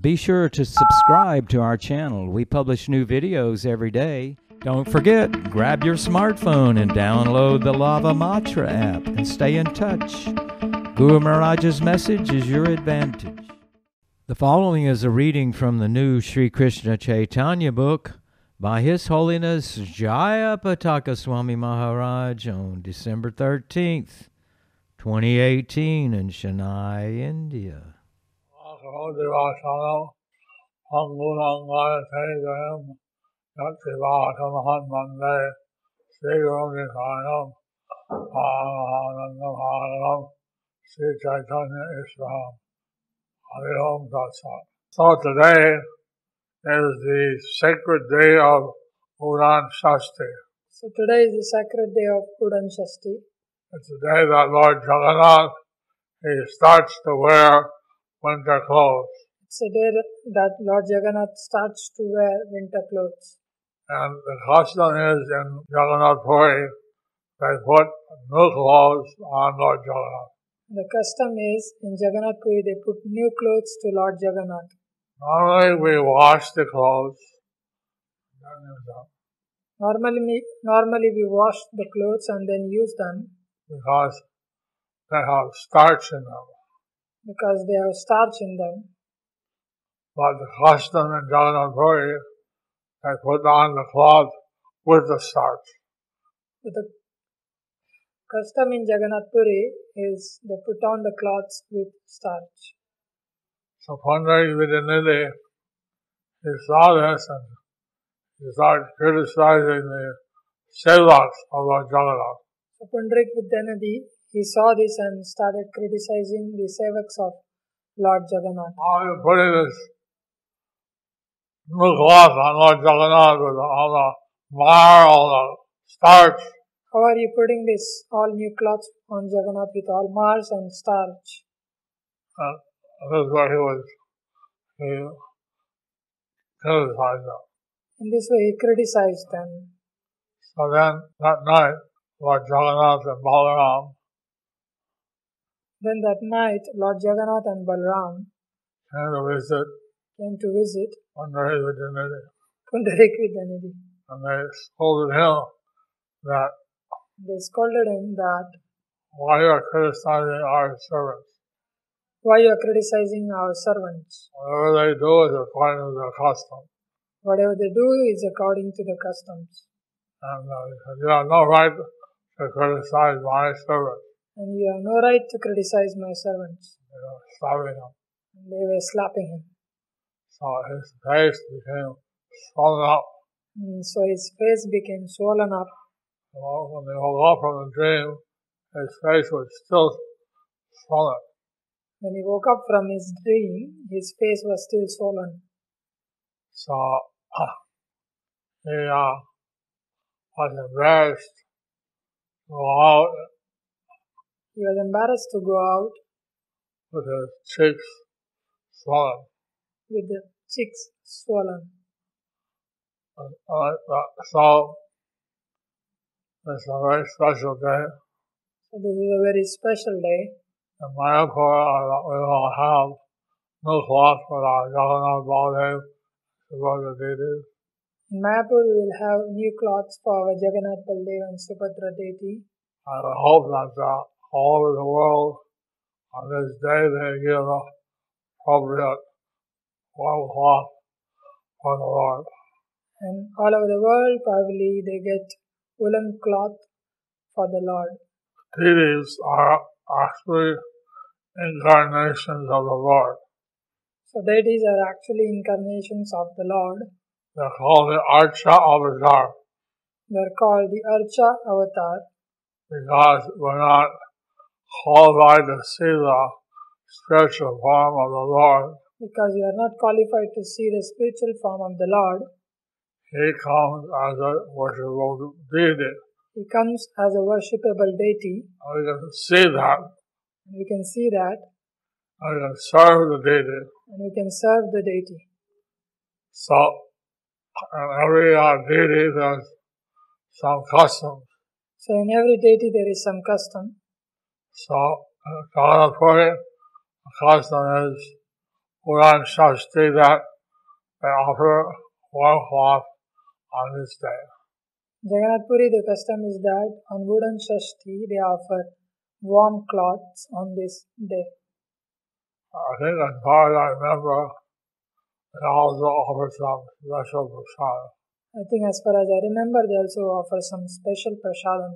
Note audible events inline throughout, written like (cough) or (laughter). Be sure to subscribe to our channel. We publish new videos every day. Don't forget, grab your smartphone and download the Lava Matra app and stay in touch. Guru Maharaj's message is your advantage. The following is a reading from the new Sri Krishna Chaitanya book by His Holiness Jaya Pataka Swami Maharaj on December 13th, 2018 in Chennai, India. சகோதராசாலம் அங்குலங்காய கைதயம் நத்திவாசமகன் Vande ஸ்ரீயோகிசாயம் Ananda பாரணம் Sri Chaitanya Islam Hari Om தத்சாத் So today is the sacred day of Uran Shasti. So today is the sacred day of Kudan Shasti. It's the day that Lord Jagannath, he starts to wear winter clothes. It's a day that Lord Jagannath starts to wear winter clothes. And the custom is in Jagannath Puri, they put new clothes on Lord Jagannath. The custom is in Jagannath Puri they put new clothes to Lord Jagannath. Normally we wash the clothes. Normally, me- normally we wash the clothes and then use them Because they have starch in them. because they have starch in them. But the custom in Jagannath Puri, they put on the cloth with the starch. But the custom in Jagannath Puri is they put on the cloths with starch. So Pandari Vidyanidhi, he saw this and he started criticizing the Sevaks of Lord Jagannath. So Pundarik Vidyanadi, he saw this and started criticizing the sevaks of Lord Jagannath. How are you putting this new cloth on Lord Jagannath with all the mar, all the starch? How are you putting this all new cloths on Jagannath with all Mars and starch? And this is what he was, he criticized them. In this way, he criticized them. So then that night, Lord Jagannath and Balaram Then that night, Lord Jagannath and Balram came to e visit came to visit under his virginity. Pundarik Vidyanidhi. And they scolded him that They scolded him that why you are criticizing our servants. why you are criticizing our servants. Whatever they do is according to their custom. Whatever they do is according to the customs, And uh, he said, you have no right to criticize my servant. and you have no right to criticize my servants. You know, stabbing him. And they were slapping him. So his face became swollen up. And so his face became swollen up. Well, when he woke up from the dream, his face was still swollen. When he woke up from his dream, his face was still swollen. So (sighs) he uh, was embarrassed to go out He was embarrassed to go out with his cheeks swollen. with the cheeks swollen. And, uh, but- so it's a very special day. So this is a very special day. And my prayer is that we will have no cloth for our Jagannath Baladev Subhadra deities. In Mayapur, we will have new cloths for our Jagannath Baldev and Subhadra deity. And I hope that uh, all over the world on this day they give the appropriate warm cloth for the Lord. And all over the world, probably they get woolen cloth for the Lord. Deities are actually incarnations of the Lord. So deities are actually incarnations of the Lord. They're called the Archa Avatar They are called the Archa Avatar because we're not qualified to see the spiritual form of the Lord. because you are not qualified to see the spiritual form of the Lord. He comes as a worshipful deity. He comes as a worshipable deity. And we can see that. And we can see that And we can serve the deity. and we can serve the deity. So, in every uh, deity, there's some custom. So in every deity there is some custom. uh, So, in Kalapuri, the custom is were on such day that they offer one cloth on this day. Jagannath Puri, the custom is that on wooden Shashti they offer warm cloths on this day. I think as far as I remember, they also offer some special prasad. I think, as far as I remember, they also offer some special prasadam.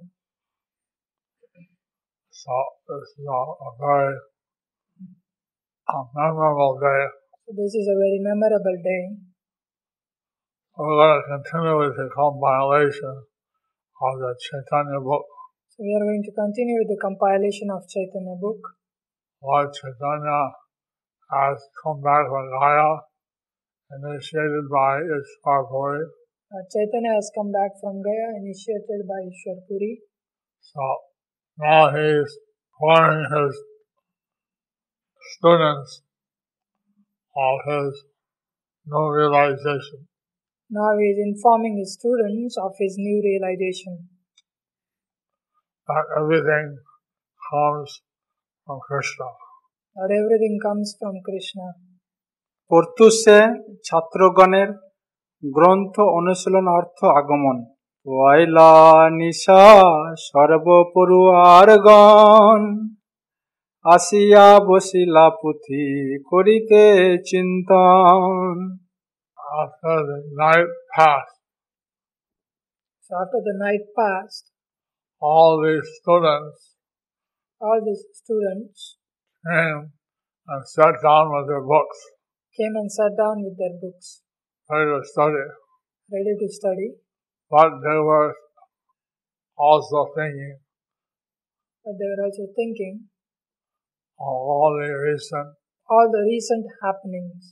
So it's not a very a memorable day. So this is a very memorable day. We're going to continue with the compilation of the Chaitanya book. So we are going to continue with the compilation of Chaitanya book. Lord Chaitanya has come back from Gaya, initiated by Ishwar Puri. Uh, Chaitanya has come back from Gaya, initiated by Ishwar Puri. So now he's pouring his students of his new realization. Now he is informing his students of his new realization that everything comes from Krishna. that everything comes from Krishna. প্রত্যুষে ছাত্রগণের গ্রন্থ অনুশীলন অর্থ আগমন পয়লা নিশা সর্বপরুয়ারগণ আসিয়া বসিলা পুঁথি করিতে চিন্তন After the night passed, So after the night passed, all these students all these students came and sat down with their books came and sat down with their books, ready to study. ready to study. But they were also thinking But they were also thinking of all the recent all the recent happenings.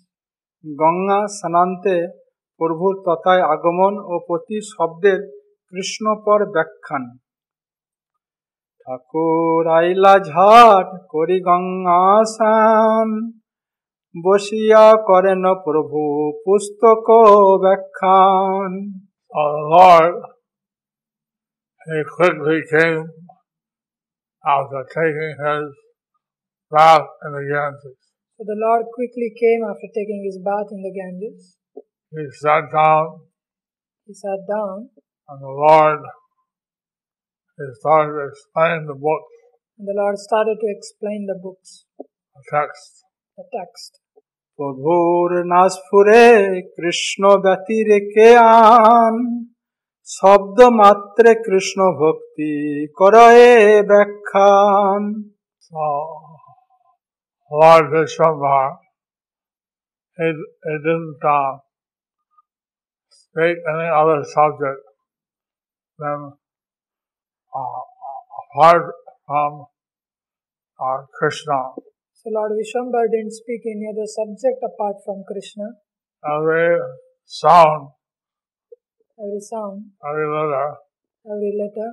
Ganga স্নান্তে প্রভুর তথায় আগমন ও প্রতি শব্দের কৃষ্ণপর ব্যাখ্যান ঠাকুর আইলা ঝাট করি গঙ্গাসান বসিয়া করেন প্রভু পুস্তক ব্যাখ্যান of the Lord. He quickly came after taking his bath in the Ganges. So the Lord quickly came after taking his bath in the Ganges. He sat down He sat down, and the Lord he started to explain the book, and the Lord started to explain the books, the text. the text. প্রভুর নাসফুরে কৃষ্ণ ব্যতি রেখে আন শব্দ মাত্রে কৃষ্ণ ভক্তি করয়ে ব্যাখ্যান So Lord Vishwambar, he, he didn't uh, speak any other subject than uh, apart from uh, Krishna. So Lord Vishwambar didn't speak any other subject apart from Krishna. Every sound, Every sound, every letter, every letter,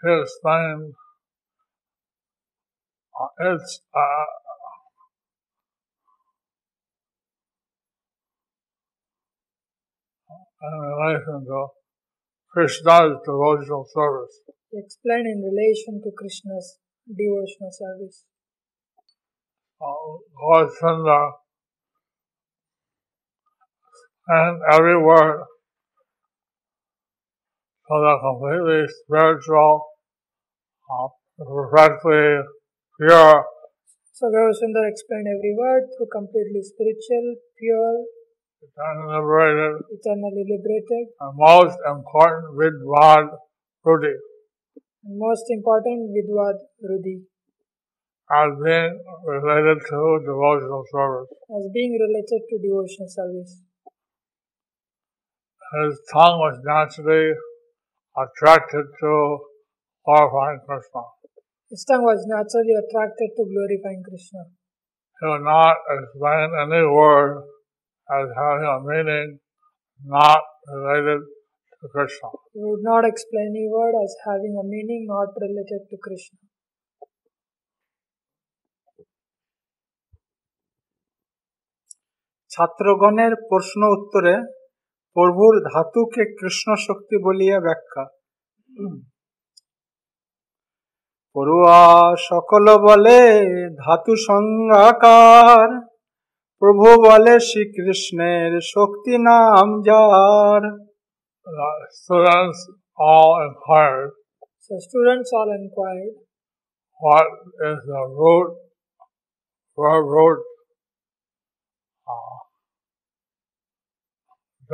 he explained uh, its uh, in relation to Krishna's devotional service. he explained in relation to Krishna's devotional service. Uh, Lord Sundar and every word to the completely spiritual, uh, perfectly pure So Gaurasundar explained every word through completely spiritual, pure, and liberated eternally liberated, and most important Vidvad Rudi and most important, Vidvad Rudi, as being related to devotional service. as being related to devotional service. His tongue was naturally attracted to glorifying Krishna. His tongue was naturally attracted to glorifying Krishna. He would not explain any word as having a meaning not related to Krishna. He would not explain any word as having a meaning not related to Krishna. ছাত্রগণের প্রশ্ন উত্তরে প্রভুর ধাতুকে কৃষ্ণ শক্তি বলিয়া ব্যাখ্যা পড়ুয়া সকল বলে ধাতু সংজ্ঞাকার প্রভু বলে শ্রীকৃষ্ণের শক্তি নাম যার The students all inquired So students all inquired what is the root, what root uh,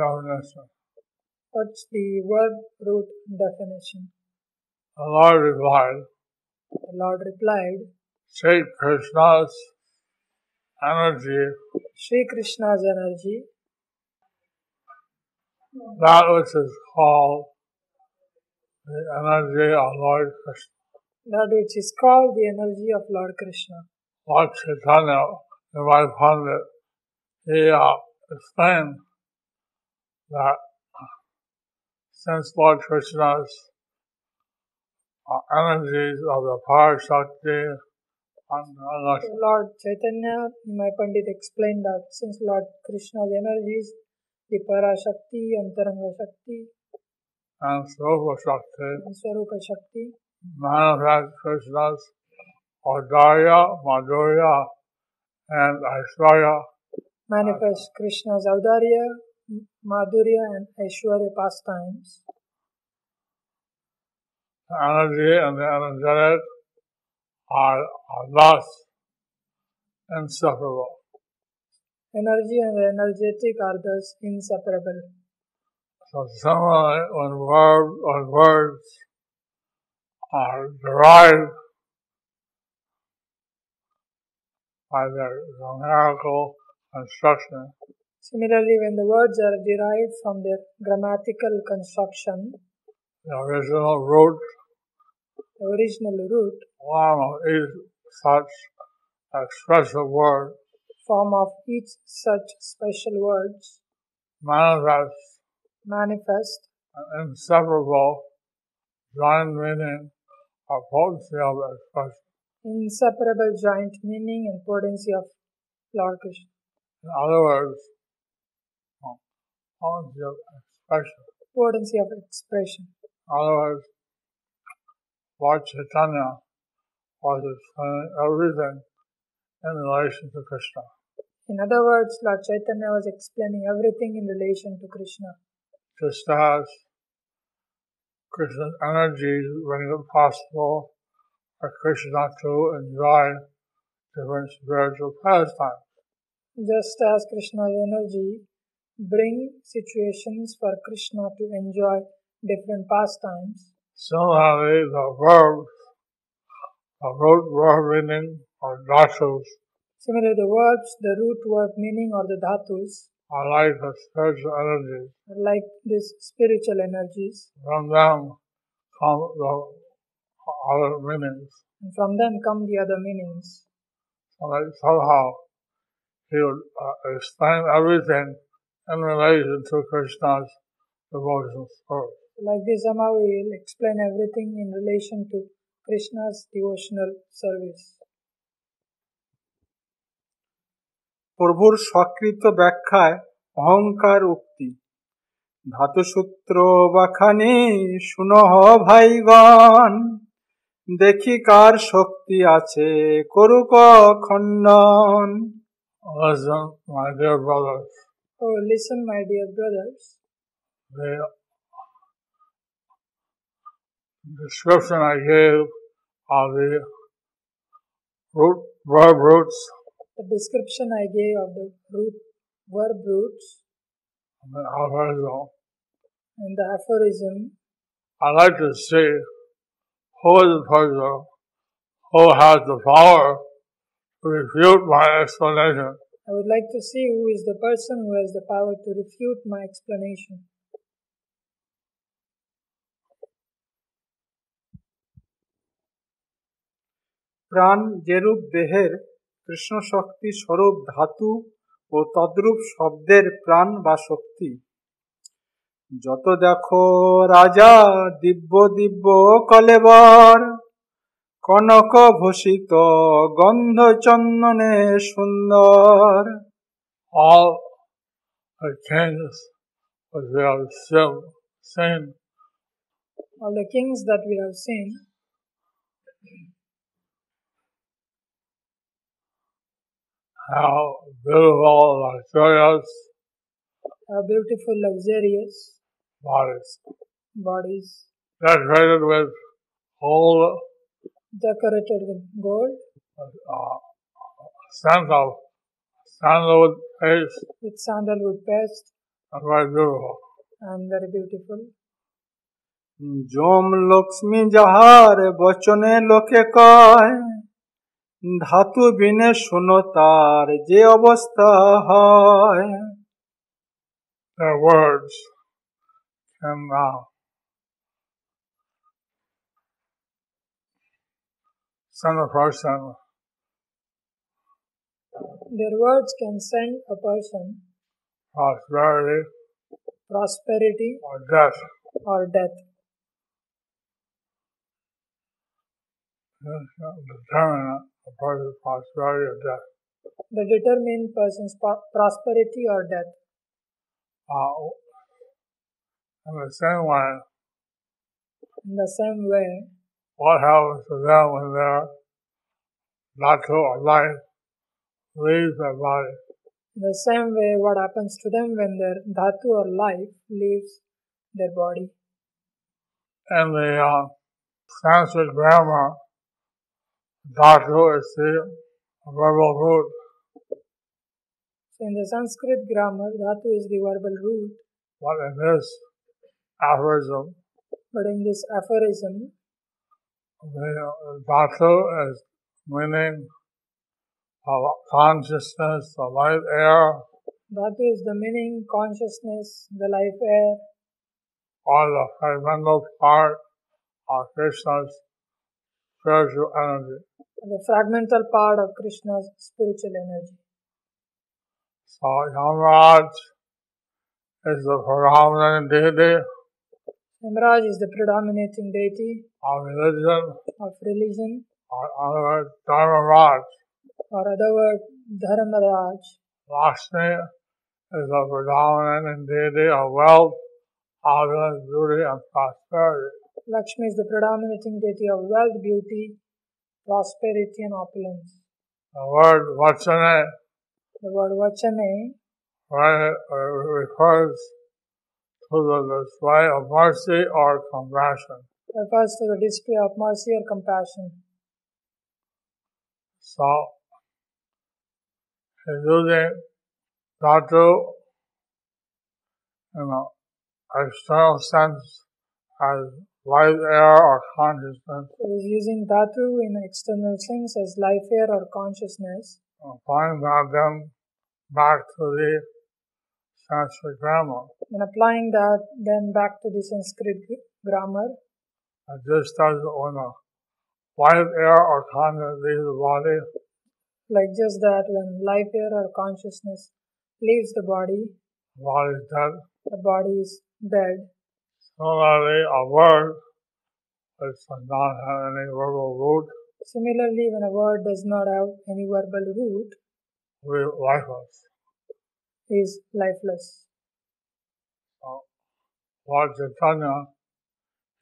definition. what's the verb root definition. The Lord replied, The Lord replied, Sri Krishna's energy, Sri Krishna's energy, that which is called the energy of Lord Krishna. that which is called the energy of Lord Krishna. Lord Chaitanya, the right pundit, he uh, explained that since Lord Krishna's uh, energies of the power Shakti and the Lord Chaitanya, Nimai Pandit explained that since Lord Krishna's energies, the Para Shakti and Taranga Shakti and Srupa Shakti and Swarupa Shakti manifest Krishna's Audaya, Madhurya, and Aishwarya manifest Krishna's Audarya, M- Madhurya and Aishwarya pastimes. the energy and the energetic are, are thus inseparable. Energy and the energetic are thus inseparable. So similarly, when, verb, when words are derived by their grammatical construction, Similarly, when the words are derived from their grammatical construction, the original root the original root form of each such expressive word form of each such special words manifests manifest an inseparable joint meaning or potency of expression. inseparable joint meaning and potency of Lord Krishna. In other words, potency of expression. Potency of expression. Otherwise, Lord Chaitanya was explaining everything in relation to Krishna. In other words, Lord Chaitanya was explaining everything in relation to Krishna. Just as Krishna's energies made it possible for Krishna to enjoy different spiritual pastimes. Just as Krishna's energy bring situations for Krishna to enjoy different pastimes, Similarly, the verbs, the root verb meaning or dhatus similarly the verbs, the root verb meaning or the dhatus are like the spiritual energies. are like these spiritual energies From them come the other meanings. and from them come the other meanings. So that somehow he would uh, explain everything in relation to Krishna's devotional story. Like this, somehow we will explain everything in relation to Krishna's devotional service. প্রভুর স্বকৃত ব্যাখ্যায় অহংকার উক্তি ধাতুসূত্র বাখানি শুনহ ভাইগণ দেখি কার শক্তি আছে করুক খণ্ডন uh, Listen, my dear brothers, Oh, listen, my dear brothers. the description I gave of the root, verb roots, The description I gave of the root verb roots and the aphorism, and the aphorism, I'd like to see who is the person who Oh, has the power to refute my explanation. I would like to see who is the person who has the power to refute my explanation. প্রাণ যেরূপ দেহের কৃষ্ণ শক্তি স্বরূপ ধাতু ও তদ্রূপ শব্দের প্রাণ বা শক্তি যত দেখো রাজা দিব্য দিব্য কলেবর কনক ভূষিত গন্ধ চন্দনে সুন্দর all the kings which we have seen, seen All the kings that we have seen how beautiful, luxurious How beautiful, luxurious bodies, bodies decorated with all decorated with gold, uh, sense of sandalwood taste with sandalwood paste, and very beautiful. and very beautiful. যম লক্ষ্মী যাহার বচনে লোকে কয় ধাতু বিনে শুনো তার যে অবস্থা হয় Their words can uh, send a person Their words can send a person prosperity prosperity or death. or death. This can determine a person's prosperity or death. They determine person's po- prosperity or death. Uh, in the same way, In the same way, what happens to them when their dhatu or life leaves their body? in the same way, what happens to them when their dhatu or life leaves their body? In the uh, Sanskrit grammar, dhatu is the verbal root So, in the Sanskrit grammar, dhatu is the verbal root, But in this aphorism, but in this aphorism, the dhatu is meaning of uh, consciousness, the light air, dhatu is the meaning, consciousness, the life air, or the fundamental part of Krishna's spiritual energy. the fragmental part of Krishna's spiritual energy. So Yamaraj is the predominant deity Yamaraj is the predominating deity of religion, of religion, or in other words, Dharmaraj. or other word, Dharmaraj. Lakshmi is the predominant deity of wealth, opulence, beauty, and prosperity. Lakshmi is the predominating deity of wealth, beauty, prosperity, and opulence. The word vachana The word Vachane right, uh, refers to the display of mercy or compassion. refers to the display of mercy or compassion. So, he's using dhatu in the external sense as light, air, or consciousness, So he is using Dhatu in external sense as life air or consciousness, applying them back to the Sanskrit grammar. and applying that then back to the Sanskrit gr- grammar. It just doesn't want to light, air, or consciousness leave the body. Like just that, when life air or consciousness leaves the body, The body is dead. the body is dead. Similarly, a word which does not have any verbal root Similarly, when a word does not have any verbal root, will be lifeless. it is lifeless. So, Lord Chaitanya,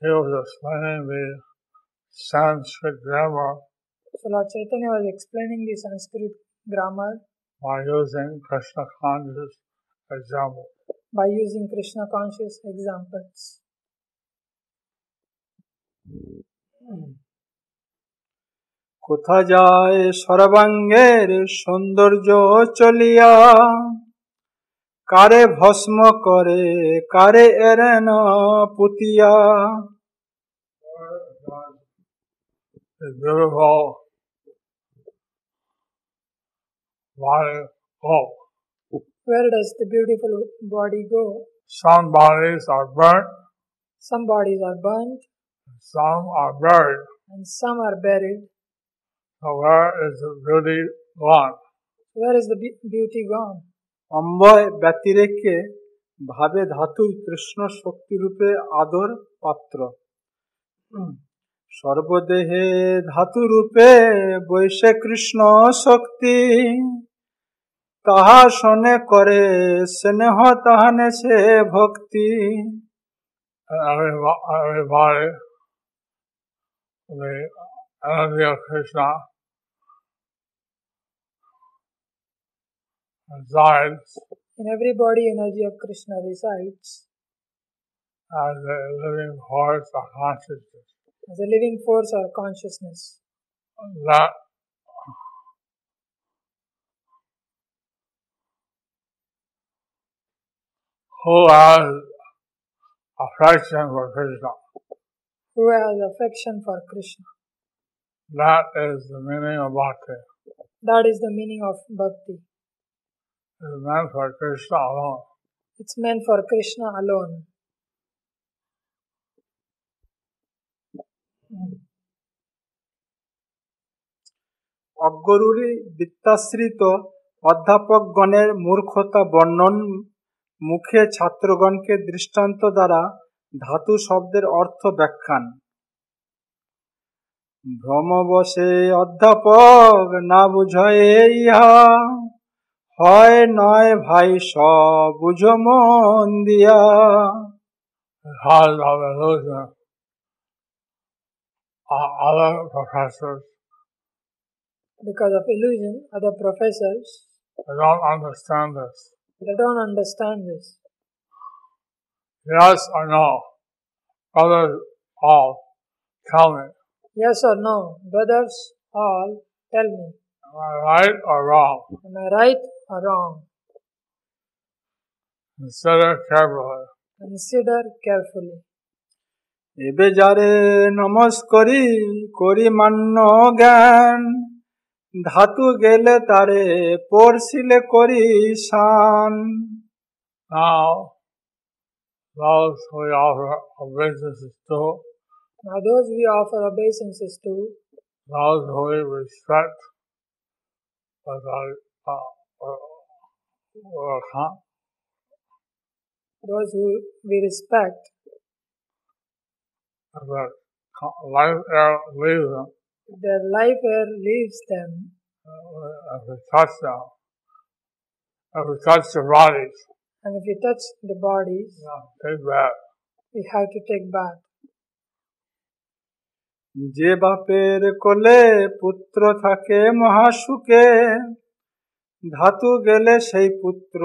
he was explaining the Sanskrit grammar So Lord Chaitanya was explaining the Sanskrit grammar by using Krishna conscious example. by using Krishna conscious examples. কোথা যায় সর্বাঙ্গের সৌন্দর্য চলিয়া কারে ভস্ম করে কারে এরেন পুতিয়া The beautiful body go. Where does the beautiful body go? Some bodies are burnt, Some bodies are burnt some are buried. and some are buried. So where is the beauty gone? Where is the be- beauty gone? অম্বয় ব্যতিরেকে ভাবে ধাতুই কৃষ্ণ শক্তিরূপে আদর পাত্র সর্বদেহে ধাতু রূপে বৈশে কৃষ্ণ শক্তি তাহা শোনে করে স্নেহ তাহানে সে ভক্তি and every, bo- every body, the energy of Krishna resides In every body, energy of Krishna resides as a living force of consciousness. as a living force or consciousness. That who has affection for Krishna, Who has affection for Krishna? that is the meaning of bhakti. That is the meaning of bhakti. It is meant for Krishna alone. It's meant for Krishna alone. অগ্রগুরু বিত্তাশ্রিত অধ্যাপকগণের মূর্খতা বর্ণন মুখে ছাত্রগণকে দৃষ্টান্ত দ্বারা ধাতু শব্দের অর্থ ব্যাখ্যান ভ্রমবশে অধ্যাপক না বুঝয়ে ইহা হয় নয় ভাই সব বুঝো মন দিয়া because of illusion are other professors Because of illusion, other professors they don't understand this. they don't understand this. Yes or no? Brothers all tell me, Yes or no, brothers, all tell me, am I right or wrong? am I right or wrong? Consider carefully. Consider carefully. এবে যারে নমস্করি করি মান্য জ্ঞান ধাতু গেলে তারে পড়শিলে করি শান Now those who offer obeisances to, Now, those we offer obeisances to, those who we respect with our uh, with our con- those who we respect, with our con- life air leaves them, if their life air leaves them, uh, if we touch them, if we touch their bodies, and if we touch the bodies, you know, too bad. we have to take bath. যে বাপের কোলে পুত্র থাকে মহাসুখে ধাতু গেলে সেই পুত্র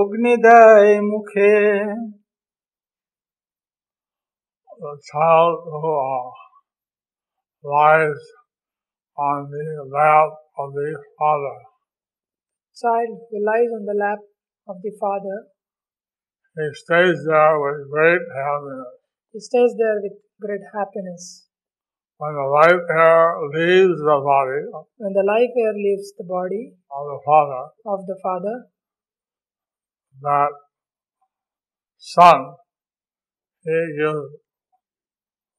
অগ্নি দেয় মুখে The child who uh, lies on the lap of the father, Child who lies on the lap of the father, he stays there with great happiness. he stays there with great happiness. When the light air leaves the body When the life air leaves the body of the father, of the father, that son, he gives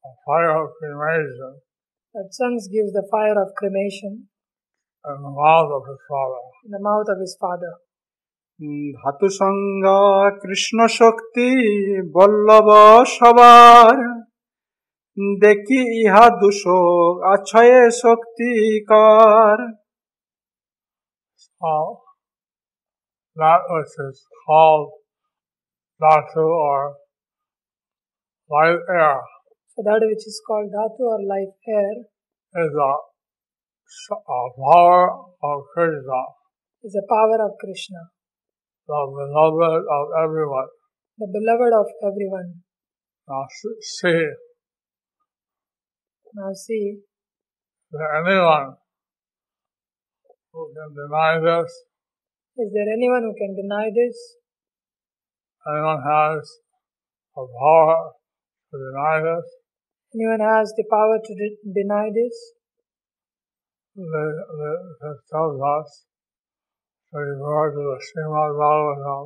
a fire of cremation that sons gives the fire of cremation in the mouth of his father. in the mouth of his father. ধাতু সংজ্ঞা কৃষ্ণ শক্তি বল্লভ সবার দেখি ইহা দুষক আছয়ে শক্তিকার all that which is called Dhatu or light air So that which is called dhatu or life air is a, s- a power of Krishna, is a power of Krishna, the beloved of everyone. the beloved of everyone. Now s- see, Now see, is there anyone who can deny this? is there anyone who can deny this? Anyone has a power to deny this? Anyone has the power to de- deny this? Th- th- This tells us to refer to the Srimad Bhagavatam,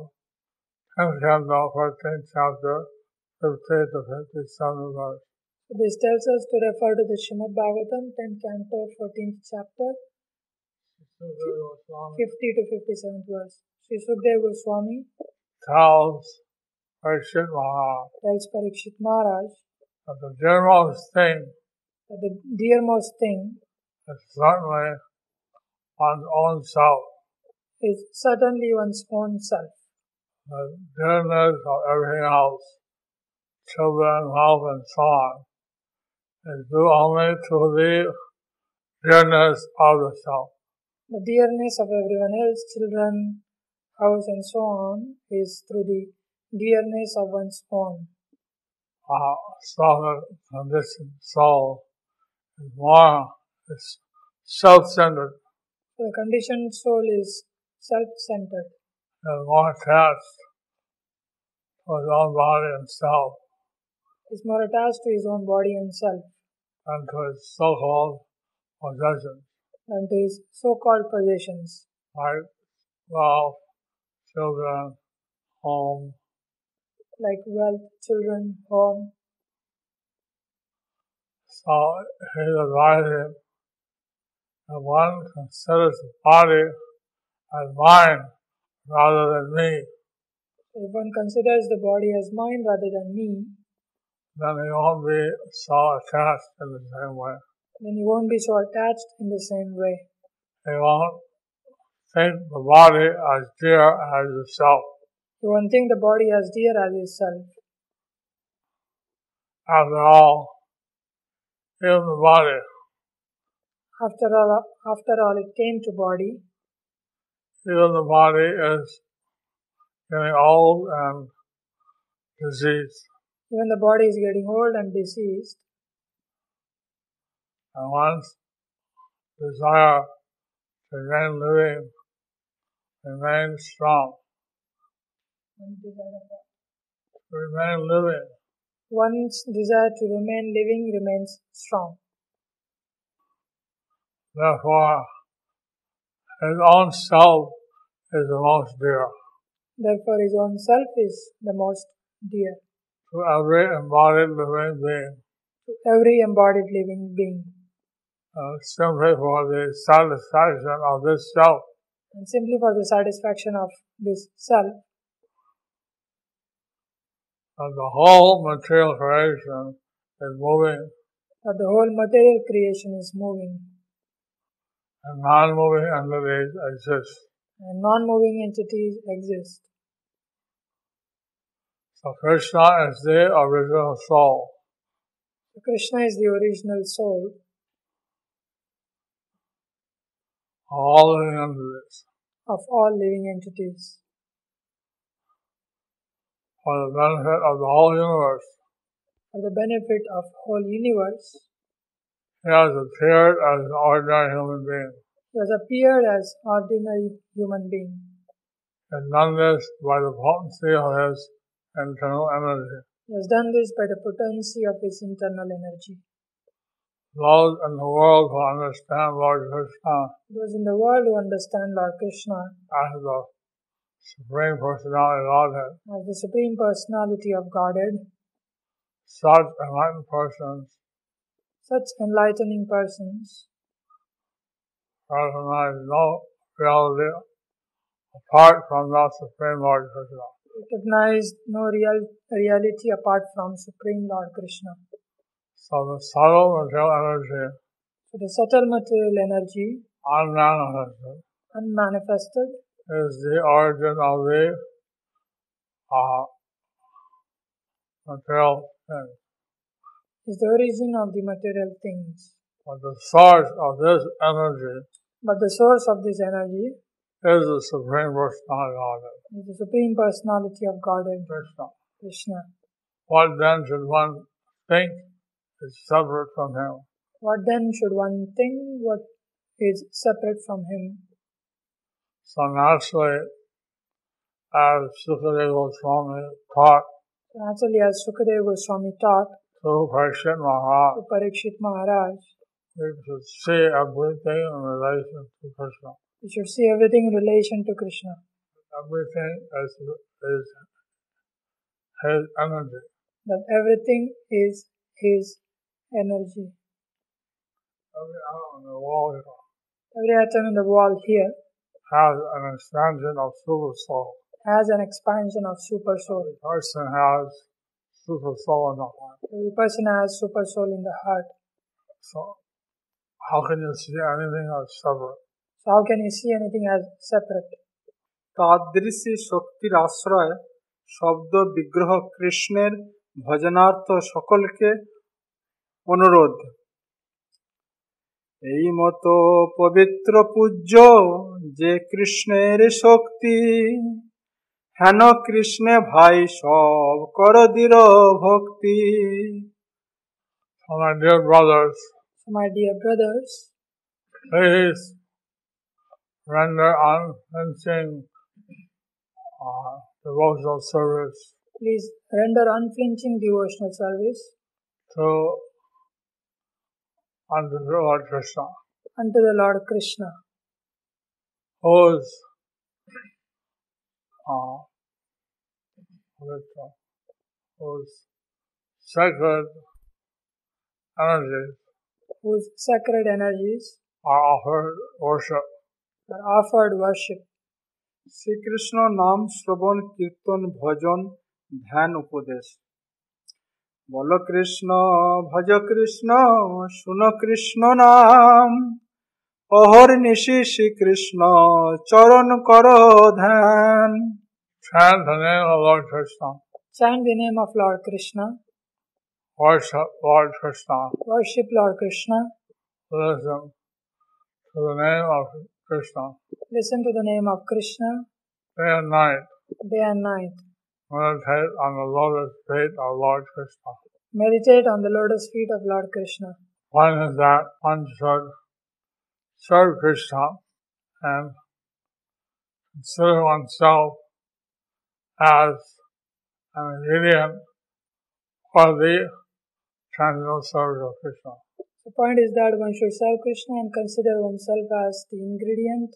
10th canto, 14th chapter, 15 to 57 verse. So this tells us to refer to the Srimad Bhagavatam, 10th canto, 14th chapter, It 50 to 57th verse. Sri Sukdev Goswami tells Parikshit Maharaj tells Parikshit Maharaj that the general thing that the dearmost thing is certainly one's own self, is certainly one's own self. the dearness of everything else, children, wealth, and so on, is due only to the dearness of the self. The dearness of everyone else, children, house, and so on is through the dearness of one's own. Our solid conditioned soul is more is self-centered So the conditioned soul is self-centered and more attached to his own body and self is more attached to his own body and self than to his so-called possessions than to his so-called possessions like wealth, children, home, like wealth, children, home. So he divided it. And one considers the body as mine rather than me. If one considers the body as mine rather than me, Then he won't be so attached in the same way. then you won't be so attached in the same way. He won't think the body as dear as itself. You won't think the body as dear as itself. After all, even the body After all, after all, it came to body. even the body is getting old and diseased. Even the body is getting old and diseased, and one's desire to remain living, remain strong, remain living, one's desire to remain living remains strong. therefore his own self is the most dear Therefore, his own self is the most dear to every embodied living being, to every embodied living being. uh, simply for the satisfaction of this self. And simply for the satisfaction of this self, And the whole material creation is moving that the whole material creation is moving, and non-moving entities exist. and non-moving entities exist. So Krishna is the original soul. Krishna is the original soul of All living entities. of all living entities. for the benefit of the whole universe. For the benefit of whole universe, He has appeared as an ordinary human being he has appeared as ordinary human being and done this by the potency of his internal energy. He has done this by the potency of his internal energy. Those in the world who understand Lord Krishna Those in the world who understand Lord Krishna as the Supreme Personality of Godhead, as the Supreme Personality of Godhead, such enlightened persons such enlightening persons recognize no reality apart from the Supreme Lord Krishna. recognize no real reality apart from Supreme Lord Krishna. So the subtle material energy, So the subtle material energy, unmanifested, unmanifested, is the origin of the uh, material thing. is the origin of the material things. But the source of this energy But the source of this energy is the Supreme Personality of it, is the Supreme Personality of Godhead, Krishna. Krishna. What then should one think is separate from him? What then should one think what is separate from him? So naturally, as Sukadeva Goswami taught Naturally, as Sukadeva Goswami taught to Parikshit Maharaj, to Parikshit Maharaj, we should see everything in relation to Krishna. we should see everything in relation to Krishna. Everything is, is his energy. That everything is his energy. every hour in the world Every atom in the wall here has an expansion of super soul. has an expansion of super soul. Every person has super soul in the heart. Every person has super soul in the heart. So how can you see anything as separate? So how can you see anything as separate? তাদৃশী শক্তির আশ্রয় শব্দ বিগ্রহ কৃষ্ণের ভজনার্থ সকলকে অনুরোধ এই মতো পবিত্র পূজ্য যে কৃষ্ণের শক্তি হেন কৃষ্ণে ভাই সব কর দিল ভক্তি So my dear brothers, So, my dear brothers, please render unflinching uh, devotional service please render unflinching devotional service to unto the Lord Krishna, unto the Lord Krishna, who is uh, what is it, whose sacred energies whose sacred energies are offered worship. are offered worship. Shrikrishna নাম শ্রবণ কীর্তন ভজন ধ্যান উপদেশ বল কৃষ্ণ ভজ কৃষ্ণ শুন কৃষ্ণ নাম অহর্নিশি শ্রীকৃষ্ণ চরণ কর ধ্যান Chant the name of Lord Krishna. Chant the name of Lord Krishna, Worship Lord Krishna. worship Lord Krishna, Listen to the name of Krishna. listen to the name of Krishna Day and night, day and night. meditate on the lotus feet of Lord Krishna. Meditate on the lotus feet of Lord Krishna. One is that one should serve Krishna and consider oneself as an ingredient for the transcendental service of Krishna. The point is that one should serve Krishna and consider oneself as the ingredient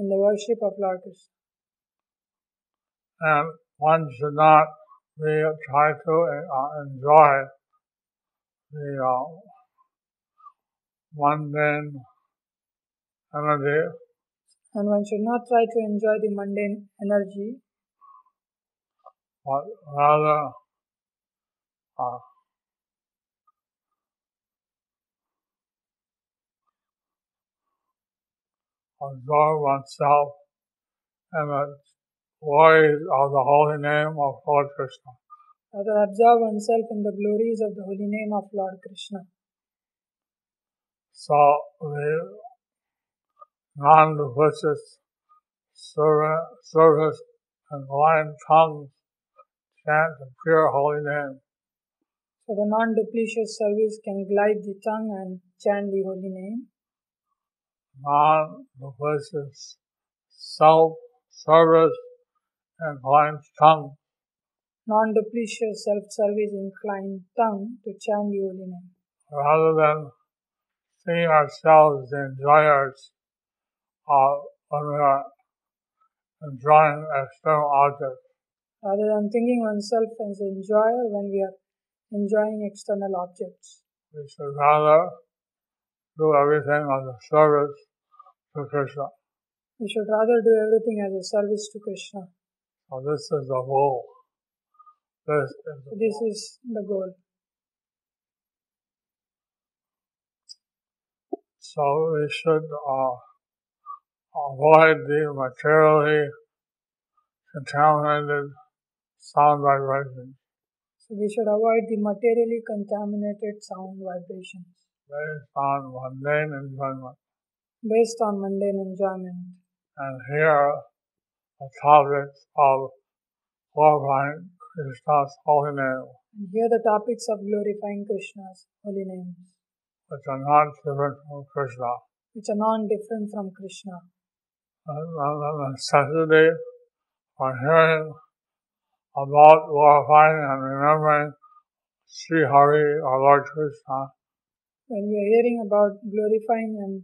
in the worship of Lord Krishna. And one should not be, try to uh, enjoy the uh, mundane energy And one should not try to enjoy the mundane energy, but rather uh, absorb oneself in the glories of the holy name of Lord Krishna. rather absorb oneself in the glories of the holy name of Lord Krishna. So the non-religious servant, service and blind tongues chant the pure holy name. So the non-duplicious service can glide the tongue and chant the holy name. non-religious self-service and blind tongue Non-duplicious self-service inclined tongue to chant the holy name. rather than seeing ourselves as the enjoyers of uh, when we are enjoying external objects. Rather than thinking oneself as an enjoyer when we are enjoying external objects. We should rather do everything as a service to Krishna. We should rather do everything as a service to Krishna. So this is the rule. This is the This is the goal. So we should uh, avoid the materially contaminated sound vibrations. So we should avoid the materially contaminated sound vibrations based on mundane enjoyment. based on mundane enjoyment. And here are the topics of glorifying Krishna's holy name, And here the topics of glorifying Krishna's holy names, which are not different from Krishna. which are non-different from Krishna. And the necessity for hearing about glorifying and remembering Sri Hari or Lord Krishna When we are hearing about glorifying and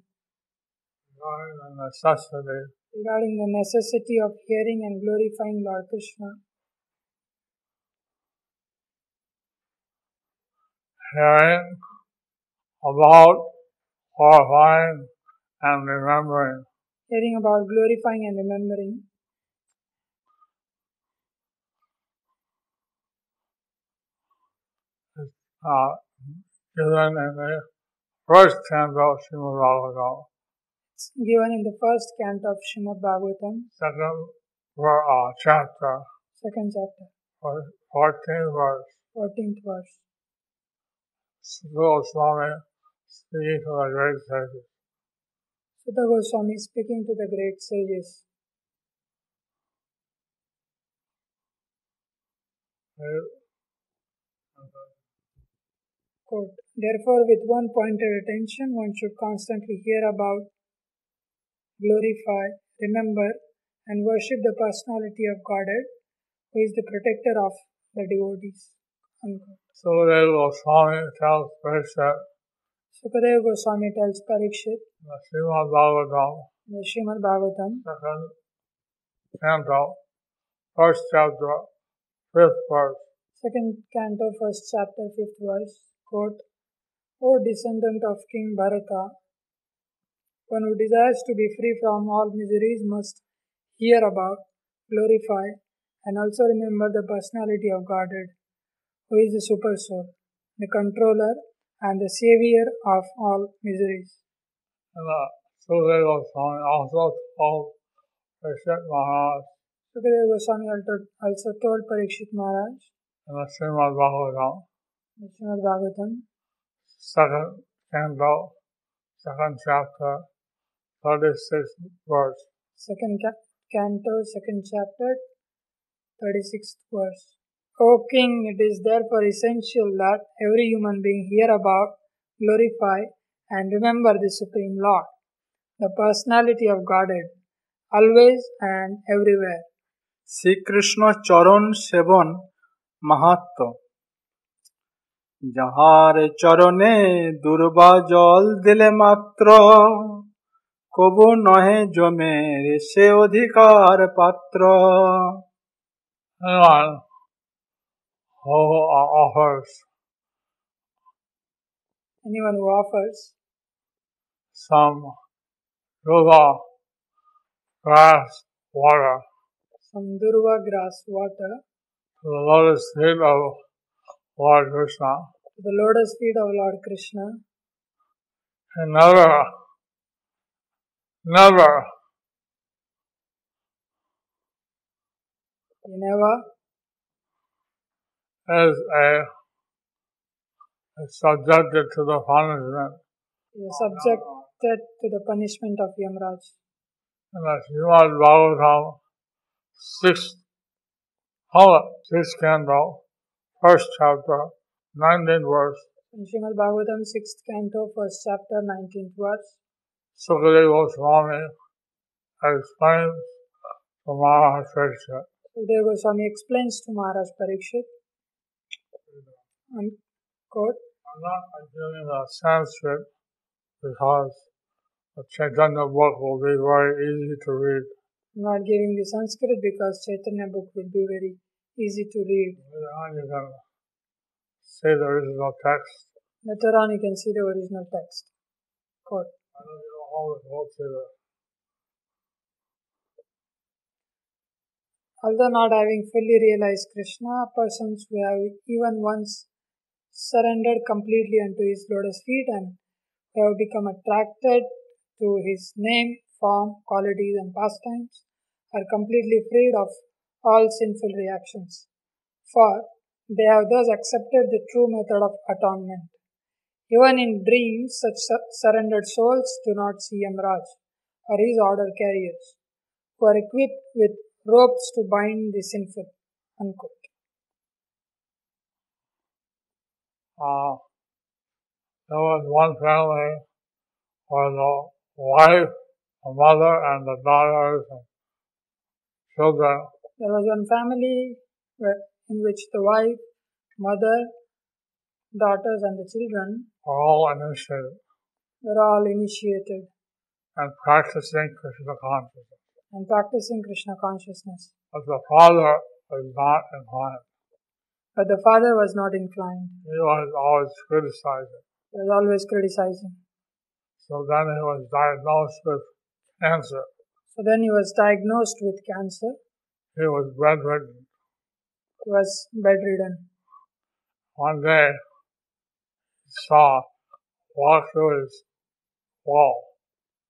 knowing the necessity regarding the necessity of hearing and glorifying Lord Krishna, hearing about horrifying and remembering hearing about glorifying and remembering, uh, given in the first canto of Srimad Bhagavatam, it's given in the first canto of Srimad Bhagavatam, second ver- uh, chapter, second chapter, verse 14 verse. 14th verse. Sri Swami speaking to the great sages. Sutta Goswami speaking to the great sages. They- Quote, Therefore, with one pointed attention, one should constantly hear about, glorify, remember, and worship the personality of Godhead, who is the protector of the devotees. Unquote. So they will Swami tells Parikshit, Sukadeva Goswami tells Parikshit in the Srimad Bhagavatam, in the Srimad Bhagavatam, second canto, first chapter, fifth verse. second canto, first chapter, fifth verse, quote, O descendant of King Bharata, one who desires to be free from all miseries must hear about, glorify, and also remember the personality of Godhead, who is the super soul, the controller, and the savior of all miseries. And uh, so they will Swami also told Parikshit Maharaj Sukadeva Goswami alto- also told Parikshit Maharaj, in the Srimad Bhagavatam, in Srimad Bhagavatam, second canto, second chapter, 36th verse. second ca- canto, second chapter, 36th verse. O King, it is therefore essential that every human being hear about, glorify, and remember the Supreme Lord, the personality of Godhead, always and everywhere. Shrikrishna চরণ সেবন মাহাত্ম যাহার চরণে দুর্বা জল দিলে মাত্র কবু নহে জমে সে অধিকার পাত্র Anyone who offers Anyone who offers some ruba grass water some durva grass water to the lotus feet of Lord Krishna to the lotus feet of Lord Krishna and never, never never is a is subjected to the punishment. is subjected to the punishment of Yamraj. And the Srimad Bhagavatam, sixth, Hala, sixth canto, first chapter, 19th verse, In Srimad Bhagavatam, 6th canto, 1st chapter, 19th verse, Sukadeva Swami explains to Maharaj Parikshit. Sukadeva Goswami explains to Maharaj Parikshit, and quote, I'm not doing the Sanskrit because the Chaitanya book will be very easy to read. I'm not giving the Sanskrit because Chaitanya book will be very easy to read. Later on, you can see the original text. Later on, you can see the original text. Quote, I don't know how to go to the Although not having fully realized Krishna, persons who have even once surrendered completely unto his lotus feet and who have become attracted to his name, form, qualities, and pastimes are completely freed of all sinful reactions. For they have thus accepted the true method of atonement. Even in dreams, such su- surrendered souls do not see Yamraj or his order carriers, who are equipped with ropes to bind the sinful. Unquote. Uh, there was one family where the wife, the mother, and the daughters and children There was one family where, in which the wife, mother, daughters, and the children were all initiated were all initiated and practicing Krishna consciousness. and practicing Krishna consciousness, But the father was not inclined. but the father was not inclined. He was always criticizing. He was always criticizing. So then he was diagnosed with cancer. So then he was diagnosed with cancer. He was bedridden. He was bedridden. One day, he saw walk through his wall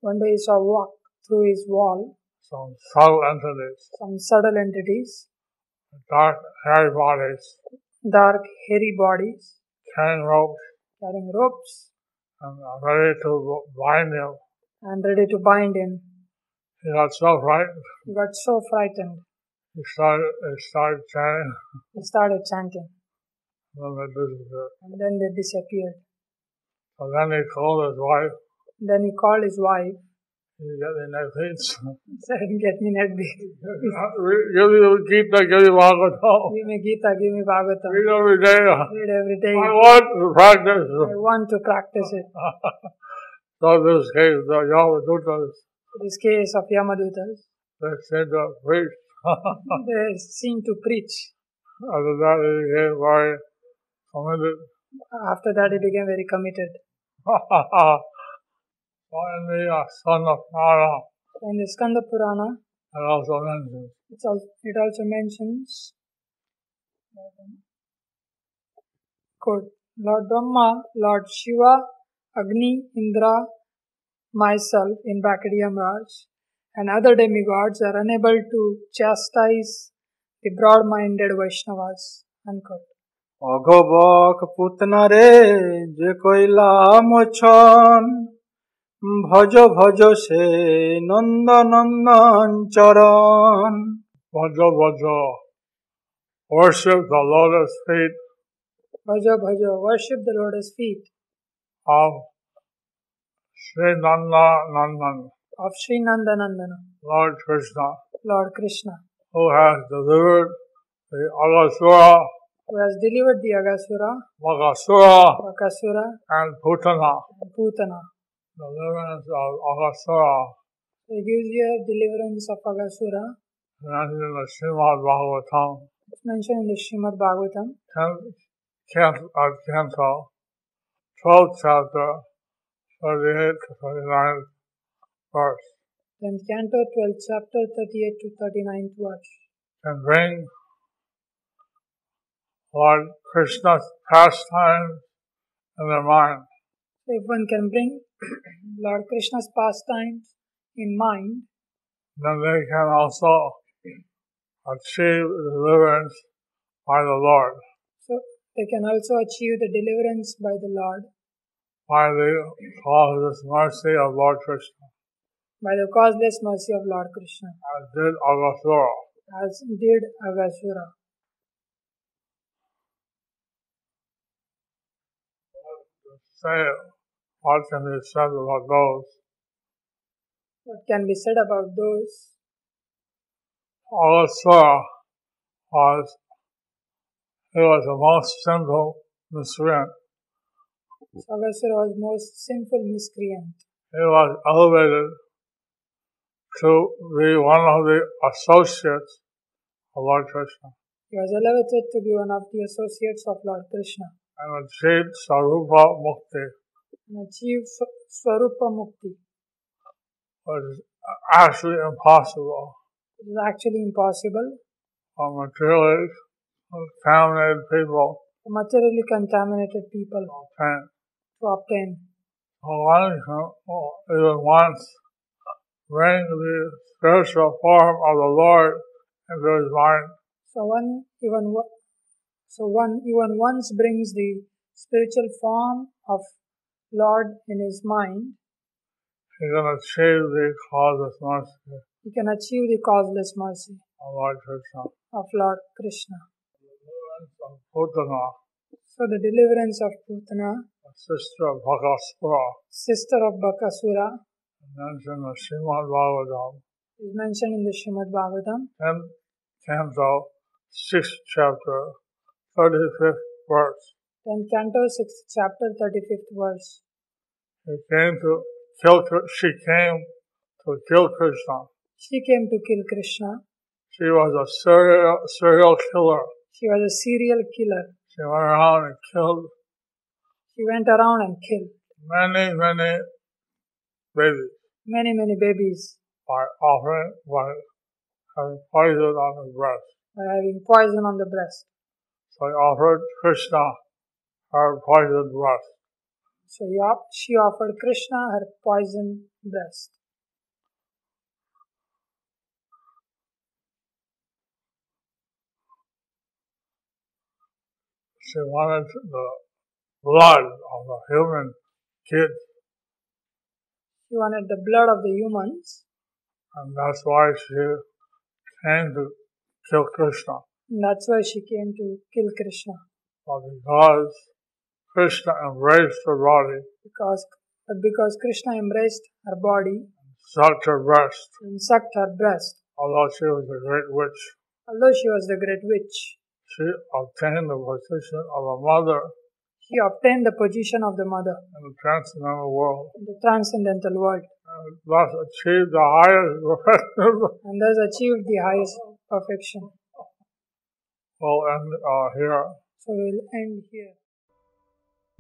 One day he saw walk through his wall some subtle entities, some subtle entities, dark, hairy bodies, dark, hairy bodies, carrying ropes carrying ropes, and are ready to bind him. and ready to bind him. He got so frightened, He got so frightened, he started, he started chanting, he started chanting, and then they disappeared. and then they disappeared. So then he called his wife, Then he called his wife (laughs) he got the next beats. and said, Get me net beat. Give you keep the give you walk at home. (laughs) Give me Gita, give me Bhagavatam. Read every day. er I Read every day. I want to practice. want to practice it. So in this case, the Yavadutas, This case of Yamadutas, they said to preach. Other they seem to preach. than that, he became very committed. After that, he became very committed. Finally, a son of Nara, In the Skanda Purana, and also mentioned. it's also, it also mentions quote, Lord Brahma, Lord Shiva, Agni, Indra, myself in bracket Yamraj, and other demigods are unable to chastise the broad-minded Vaishnavas. Unquote. অঘবক পুতনারে যে কইলা motion ভজ ভজ সে নন্দ নন্দন চরণ Vajo Vajo, worship the lotus feet Bhajo Bhajo, worship the Lord's feet of Sri Nanda Nandan, of Sri Nandanandana, Lord Krishna, Lord Krishna, who has delivered the Alasura, who has delivered the Agasura, Magasura, Vakasura, and Putana. and Putana. er Deliverance of Alasura, He gives here deliverance of Agasura. mentioned in the Srimad Bhagavatam, It's mentioned in the Srimad Bhagavatam, 10th canto, uh, canto, 12th chapter, 38 to 39 verse. 10th canto, 12th chapter, 38 to 39th verse. and bring Lord Krishna's pastimes in their mind. So if one can bring (clears throat) Lord Krishna's pastimes in mind, Then they can also achieve deliverance by the Lord, so they can also achieve the deliverance by the Lord, by the causeless mercy of Lord Krishna, by the causeless mercy of Lord Krishna, as did Agasura. as did Agasura. Say, what can be said about those? What can be said about those? Agasura was, he was the most simple miscreant. Agasura was most sinful miscreant. he was elevated to be one of the associates of Lord Krishna He was elevated to be one of the associates of Lord Krishna and achieved Sarupa Mukti, and achieved Swa- Swarupa Mukti, which is actually impossible which is actually impossible for materially contaminated people for materially contaminated people to obtain. to obtain. So one can even once bring the spiritual form of the Lord into his mind, So one even wo- so one even once brings the spiritual form of Lord in his mind, he can achieve the causeless mercy he can achieve the causeless mercy of Lord Krishna. of Lord Krishna. Of Putana, So the deliverance of Putana, sister of Bhagasura, sister of Bakasura, mentioned the Srimad Bhagavatam, is mentioned in the Srimad Bhagavatam, 10th canto, 6th chapter, 35th verse. 10th canto, 6th chapter, 35th verse. He came to kill, Kr- she came to kill Krishna. She came to kill Krishna. She was a serial, serial killer. She was a serial killer. She went around and killed She went around and killed many, many babies many, many babies by offering, by having poison on her breast. by having poison on the breast. So he offered Krishna her poisoned breast. So he op- she offered Krishna her poisoned breast. She wanted the blood of the human kids, She wanted the blood of the humans, and that's why she came to kill Krishna. and that's why she came to kill Krishna. But because Krishna embraced her body Because, but because Krishna embraced her body such a breast, and sucked her breast, although she was a great witch, although she was the great witch, she obtained the position of a mother she obtained the position of the mother in the transcendental world, in the transcendental world and thus achieved the highest professional. and thus achieved the highest perfection. well, and uh, here. So we'll end here.